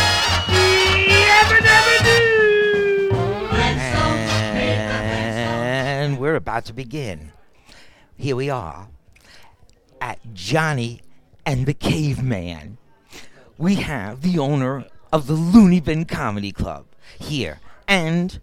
Eh. about to begin. Here we are at Johnny and the Caveman. We have the owner of the Looney Bin Comedy Club here and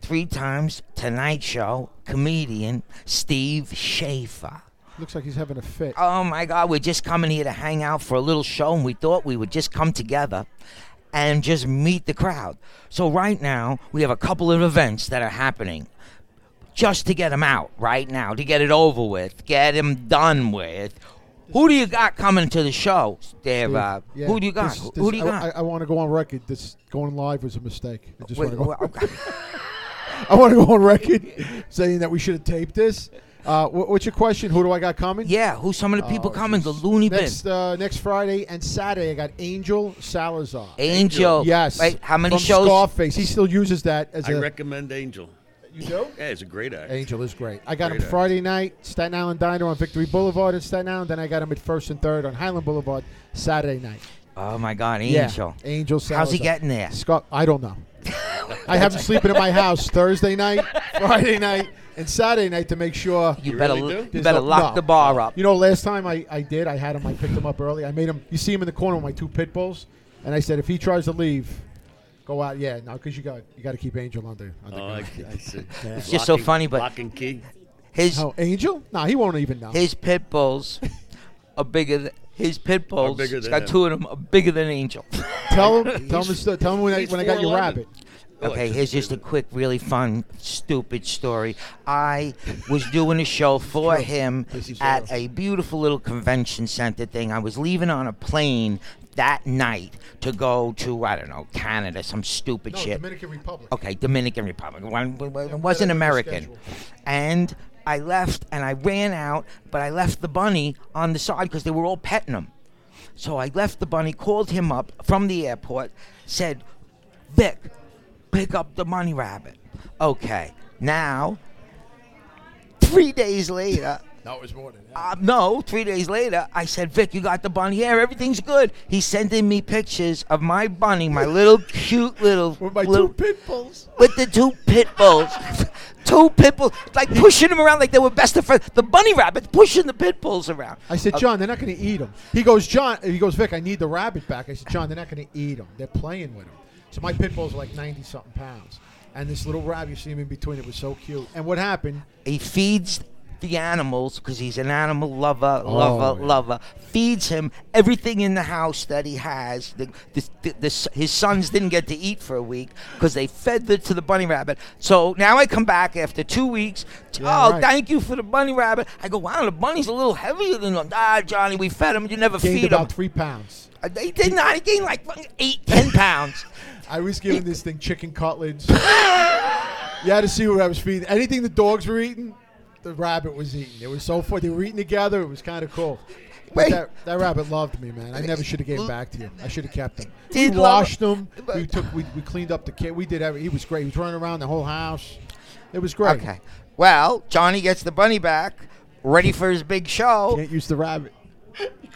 three times Tonight Show comedian Steve Schaefer. Looks like he's having a fit. Oh my God, we're just coming here to hang out for a little show, and we thought we would just come together and just meet the crowd. So, right now, we have a couple of events that are happening just to get them out right now, to get it over with, get them done with. Who do you got coming to the show, Dave? Dude, Uh, yeah, who do you got? this- who this- do you I- got? I, I want to go on record. This going live was a mistake. I just Wait, want to go. well, okay. I want to go on record saying that we should have taped this. Uh, wh- what's your question? Who do I got coming? yeah, who's some of the people Oh, coming? geez. The Looney Bin. next uh, next Friday and Saturday. I got Angel Salazar. Angel. Yes. Wait, how many from shows? Scarface. He still uses that as I a. recommend Angel. you do. Yeah, he's a great actor. Angel is great. I got Great him Friday night, Staten Island Diner on Victory Boulevard in Staten Island. Then I got him at First and Third on Highland Boulevard Saturday night. Oh my God, Angel. Yeah. Angel Salazar. How's he getting there? Scott, I don't know. I have him sleeping at my house Thursday night, Friday night, and Saturday night to make sure. You, You better really do? you there's better no- lock no. the bar up. You know, last time I, I did, I had him. I picked him up early. I made him. You see him in the corner with my two pit bulls, and I said, if he tries to leave, go out. Yeah, no, because you got you got to keep Angel under. under Oh, I, guard. I see. It's just so Lock and- funny, but- lock and key. His oh, Angel? Nah, he won't even know. his pit bulls are bigger. Than, his pit bulls. bigger he's than got him. two of them are bigger than Angel. tell him. Tell him. the sto- Tell him when I he's Oh, when I got your 4'11. rabbit. Okay, here's just a quick, really fun, stupid story. I was doing a show for him is at true. a beautiful little convention center thing. I was leaving on a plane that night to go to, I don't know, Canada, some stupid shit. Republic. Okay, Dominican Republic. One, one- one- Yeah, wasn't whatever your American. schedule. And I left and I ran out, but I left the bunny on the side because they were all petting him. So I left the bunny, called him up from the airport, said, Vic, pick up the bunny rabbit. Okay, now, three days later, That was more than uh, no, three days later, I said, Vic, you got the bunny here. Everything's good. He's sending me pictures of my bunny, my little cute little. With my little, two pit bulls. with the two pit bulls. two pit bulls, like pushing them around like they were best of friends. The bunny rabbit pushing the pit bulls around. I said, John, they're not going to eat him. He goes, John. He goes, Vic. I need the rabbit back. I said, John, they're not going to eat him. They're playing with him. So my pit bulls are like ninety something pounds, and this little rabbit you see him in between. It was so cute. And what happened? He feeds the animals because he's an animal lover, Oh, lover, yeah. lover. Feeds him everything in the house that he has. The, the, the, the, s- his sons didn't get to eat for a week because they fed it to the bunny rabbit. So now I come back after two weeks. t- Yeah, oh, right. thank you for the bunny rabbit. I go, wow, the bunny's a little heavier than him. Ah, Johnny, we fed him. You never Gained feed him. about three pounds. Uh, They did not. He gained like fucking eight, ten pounds. I was giving this thing chicken cutlets. you had to see what I was feeding. Anything the dogs were eating, the rabbit was eating. It was so funny. They were eating together. It was kind of cool. But Wait. that, that rabbit loved me, man. I never should have gave back to you. I should have kept him. We Did love- washed him. but- We took. We, we cleaned up the kid. We did everything. He was great. He was running around the whole house. It was great. Okay. Well, Johnny gets the bunny back, ready for his big show. Can't use the rabbit.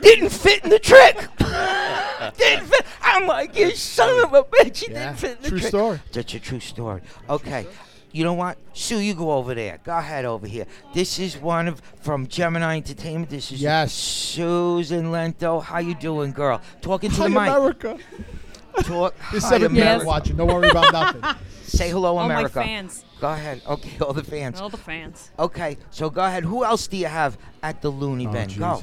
Didn't fit in the trick. didn't fit. I'm like, you son of a bitch. He Yeah. didn't fit in the True trick. story. That's a true story. Okay. You know what? Sue, you go over there. Go ahead over here. This is one of from Gemini Entertainment. This is Yes. Susan Lento. How you doing, girl? Talking to Hi, the mic. America. Talk. There's Hi, seven America. people watching. Don't worry about nothing. Say hello, All my America. fans. Go ahead. Okay, all the fans. All the fans. Okay, so go ahead. Who else do you have at the Oh, Looney Bin? Go.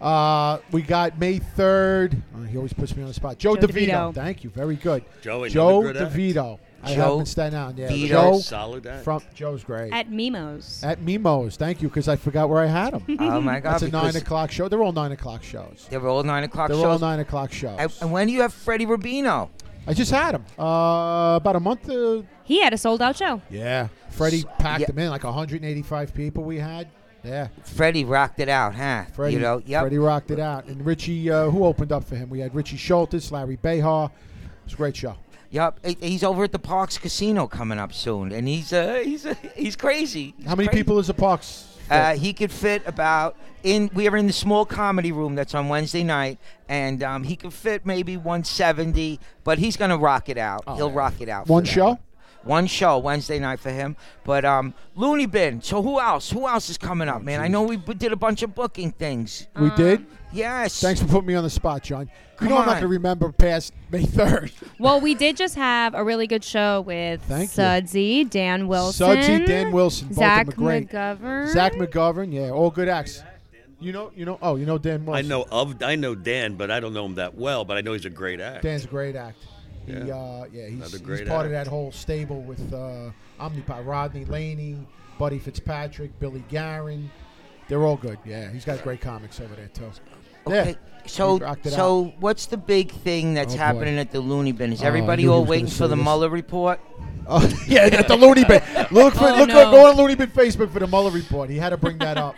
Uh, we got May 3rd. Oh, he always puts me on the spot. Joe, Joe DeVito. DeVito. Thank you. Very good. Joe, another Joe good act. DeVito. I Joe have been standing out. Yeah. Vito. Joe Solid act. from Joe's great. At, At Mimo's. Mimo's. Thank you because I forgot where I had him. Oh my God! That's a because 9 o'clock show. They're all 9 o'clock shows. They were all nine o'clock They're shows. all 9 o'clock shows. And, and when do you have Freddie Rubino? I just had him uh, about a month. Uh, He had a sold out show. yeah. Freddie packed yeah. him in. Like 185 people we had. Yeah. Freddie rocked it out, huh? Freddie, you know, yep. Freddie rocked it out. And Richie, uh, who opened up for him? We had Richie Schultes, Larry Behar. It was a great show. Yep. He- He's over at the Parks Casino coming up soon, and he's uh, he's uh, he's crazy. He's How many crazy. people is the Parks? fit? Uh, he could fit about in. We are in the small comedy room that's on Wednesday night, and um, Oh, he could fit maybe 170. But he's gonna rock it out. He'll rock it out. for One that show? One show Wednesday night for him. But um, Looney Bin. So who else? Who else is coming Oh, up, man? I know we b- did a bunch of booking things. uh, We did. Yes. Thanks for putting me on the spot, John. You Come know I'm not on. going to remember past May 3rd. Well, we did just have a really good show with Thank you. Sudsy, Dan Wilson, Sudsy, Dan Wilson, both Zach of them are great. McGovern. Zach McGovern, yeah, all good acts. You know, you know. Oh, you know Dan I Wilson. know of I know Dan, but I don't know him that well. But I know he's a great actor. Dan's a great act. He, Yeah. uh, yeah, he's, Another he's great part of act. that whole stable with uh, Omnipod, Rodney Laney, Buddy Fitzpatrick, Billy Garen. They're all good. Yeah, he's got great comics over there too. Okay. Yeah. We So rocked it so what's the big thing that's Oh, boy. happening at the Looney Bin? Is Oh, I everybody knew he all was gonna waiting for say the this. Mueller report? Oh, yeah, at the Looney Bin. Look for Oh, look no. go on Looney Bin Facebook for the Mueller report. He had to bring that up.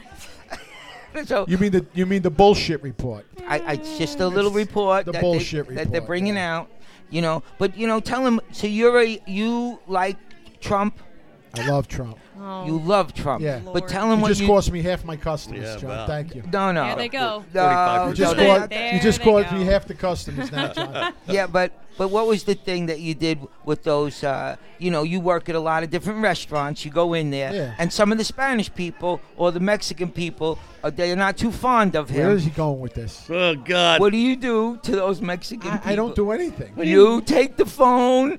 so You mean the you mean the bullshit report? I, I it's just a little It's report the that, bullshit they, that they're report, bringing yeah. out, you know. But you know, tell him. So you're a you like Trump, I love Trump. Oh. you love Trump. Yeah. But tell him You what just you. cost me half my customers, Yeah, John. wow. Thank you. no, no. There they go. No, You 45%. just no, There caught, they you just go. caught me half the customers now, John. yeah, but but what was the thing that you did with those? Uh, you know, you work at a lot of different restaurants. You go in there, Yeah. and some of the Spanish people or the Mexican people, uh, they're not too fond of Where him. is he going with this? Oh God! What do you do to those Mexican I, people? I don't do anything. You take the phone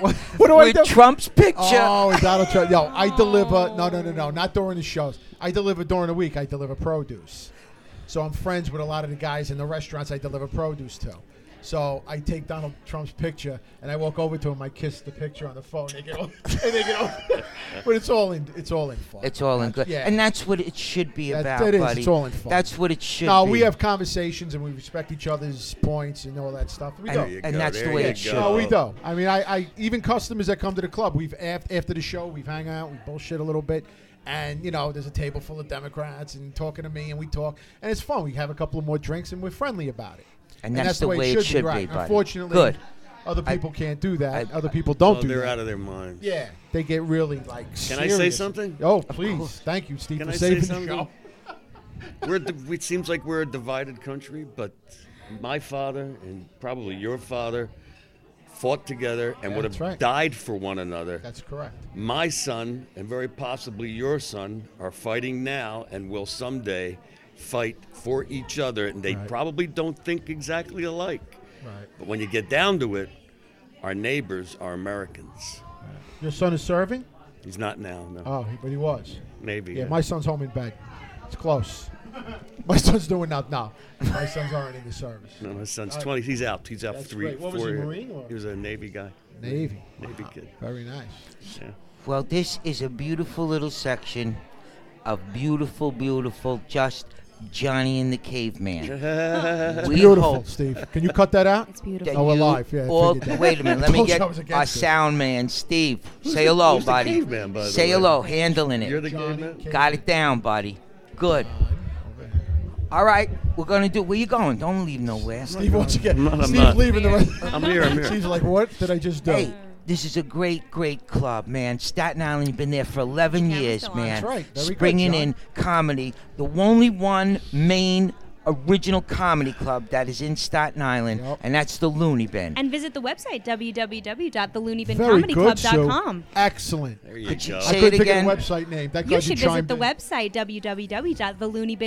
What, what do I with do? Trump's picture. Oh, with Donald Trump. Yo, I deliver. No, no, no, no. Not during the shows. I deliver during the week. I deliver produce. So I'm friends with a lot of the guys in the restaurants I deliver produce to. So I take Donald Trump's picture and I walk over to him. I kiss the picture on the phone. They get all, and they get all, but it's all in. It's all in fun. It's all in good, Yeah. and that's what it should be That's- about, that is, buddy. it's all in fun. That's what it should. no, be. we have conversations and we respect each other's points and all that stuff. We And- do. There you and go, that's the there way you it should go. No, we do. I mean, I, I even customers that come to the club, we've af- after the show, we've hang out, we bullshit a little bit, and you know, there's a table full of Democrats and talking to me, and we talk, and it's fun. We have a couple of more drinks, and we're friendly about it. And that's the way it should be, right? buddy. Unfortunately, Good. Other people can't do that. I- other people don't Oh, do they're that. out of their minds. yeah, they get really like. Can I say something? Oh, please, thank you, Steve, Can for I say saving something? the show. We're di- it seems like we're a divided country, but my father and probably your father fought together and Yeah, would have that's right. died for one another. That's correct. my son and very possibly your son are fighting now and will someday fight for each other and they Right. probably don't think exactly alike Right. but when you get down to it our neighbors are americans Your son is serving? he's not now no Oh, he- but he was. maybe Yeah, uh, my son's home in bed. It's close. My son's doing nothing now. My son's already in the service. no, my son's 20 he's out he's out Uh, That's three great. What was four he, years. Marine or- Uh, he was a navy guy Navy. navy kid Very nice. yeah. Well, this is a beautiful little section of beautiful, beautiful, just Johnny and the Caveman. we Beautiful, hope Steve. Can you cut that out? It's that beautiful. Oh, we're you live. Yeah, I all- figured that. wait a minute. Let me Told you get I was our against it. sound man, Steve. say the- hello, who's the buddy. caveman, by the say way? hello. Handling it. you're the Johnny game Cage. Got it down, buddy. Good. All right, we're gonna do. Where you going? Don't leave nowhere. Steve, once again, I'm not- I'm Steve not. leaving the rest. i'm here i'm here Steve's like, what did I just do? Hey, this is a great, great club, man. Staten Island, you've been there for 11 Yeah, we're years, still on. man. That's right. Very good, Bringing John. in comedy. The only one main original comedy club that is in Staten Island, Yep. and that's the Looney Bin. And visit the website Very good, Sue. www.thelooneybincomedy.club.com. Excellent. there you Could you go Say I it couldn't think again. of the website name. That You glad should visit chimed the in. website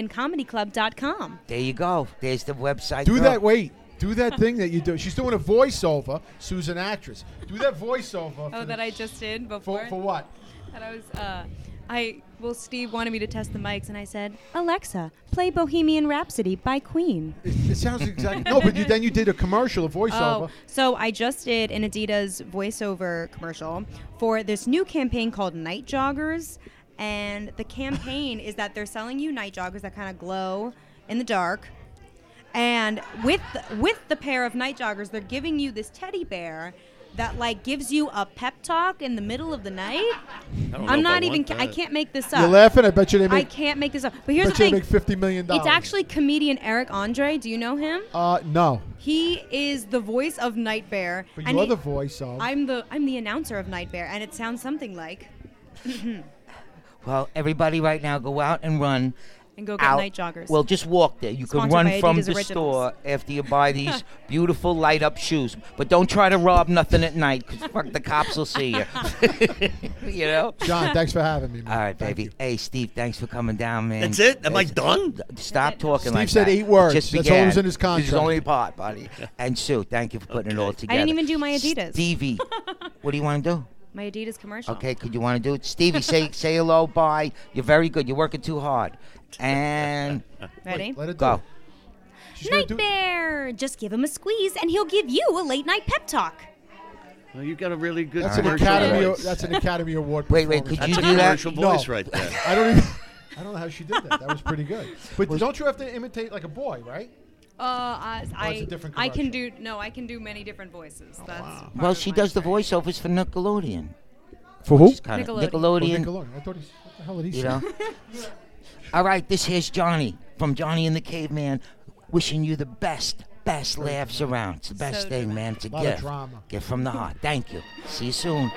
www.thelooneybincomedieclub.com. there you go. There's the website. Do girl. that. Wait. Do that thing that you do. She's doing a voiceover. Sue's an actress. Do that voiceover. for Oh, the- that I just did before. for, for what? That I was. Uh, I well, Steve wanted me to test the mics, and I said, "Alexa, play Bohemian Rhapsody by Queen." It, it sounds exactly no, but you, then you did a commercial, a voiceover. Oh, so I just did an Adidas voiceover commercial for this new campaign called Night Joggers, and the campaign is that they're selling you night joggers that kind of glow in the dark, and with with the pair of night joggers, they're giving you this teddy bear. That like gives you a pep talk in the middle of the night. I don't know I'm if not I even. want I that. can't make this up. You're laughing. I bet you they I make. can't make this up. But here's the bet you they thing. make fifty million dollars. It's actually comedian Eric Andre. Do you know him? Uh, no. He is the voice of Nightbear. But and you're he- the voice of. I'm the I'm the announcer of Nightbear, and it sounds something like. Well, everybody right now go out and run And go get out. night joggers. Well, just walk there. You can Sponsored run by from Adidas the Originals. store after you buy these beautiful light up shoes. But don't try to rob nothing at night because fuck the cops will see you. you know. John, thanks for having me. man. All right, Thank baby. you. Hey, Steve, thanks for coming down, man. That's it? Am I It's- done? Stop talking Steve like said that. eight words. Just That's all began. was in his This is contract. only part, buddy. And Sue, thank you for putting it all Okay. together. I didn't even do my Adidas. Stevie, what do you want to do? My Adidas commercial. Okay, could you want to do it? Stevie, say say hello, bye. You're very good. You're working too hard. And Ready? Let it go. go. She's gonna Night do- Bear! Just give him a squeeze and he'll give you a late night pep talk. Well, you got a really good That's an commercial Academy. voice. That's an Academy Award. Wait, wait, performance. could That's you a do that? commercial No. voice right there. I don't even. I don't know how she did that. That was pretty good. But don't you have to imitate like a boy, right? Uh, I, Oh, it's a different I can do commercial. Oh, no, I can do many different voices. That's wow. part Well, of she my does the thing. voiceovers for Nickelodeon. For who? She's kind of Nickelodeon. Oh, Nickelodeon. I thought he's. What the hell did he you say? know. All right, this here's Johnny from Johnny and the Caveman, wishing you the best, best laughs around. It's the best So thing, man. It's a Lot of gift. drama. Gift from the heart. Thank you. See you soon.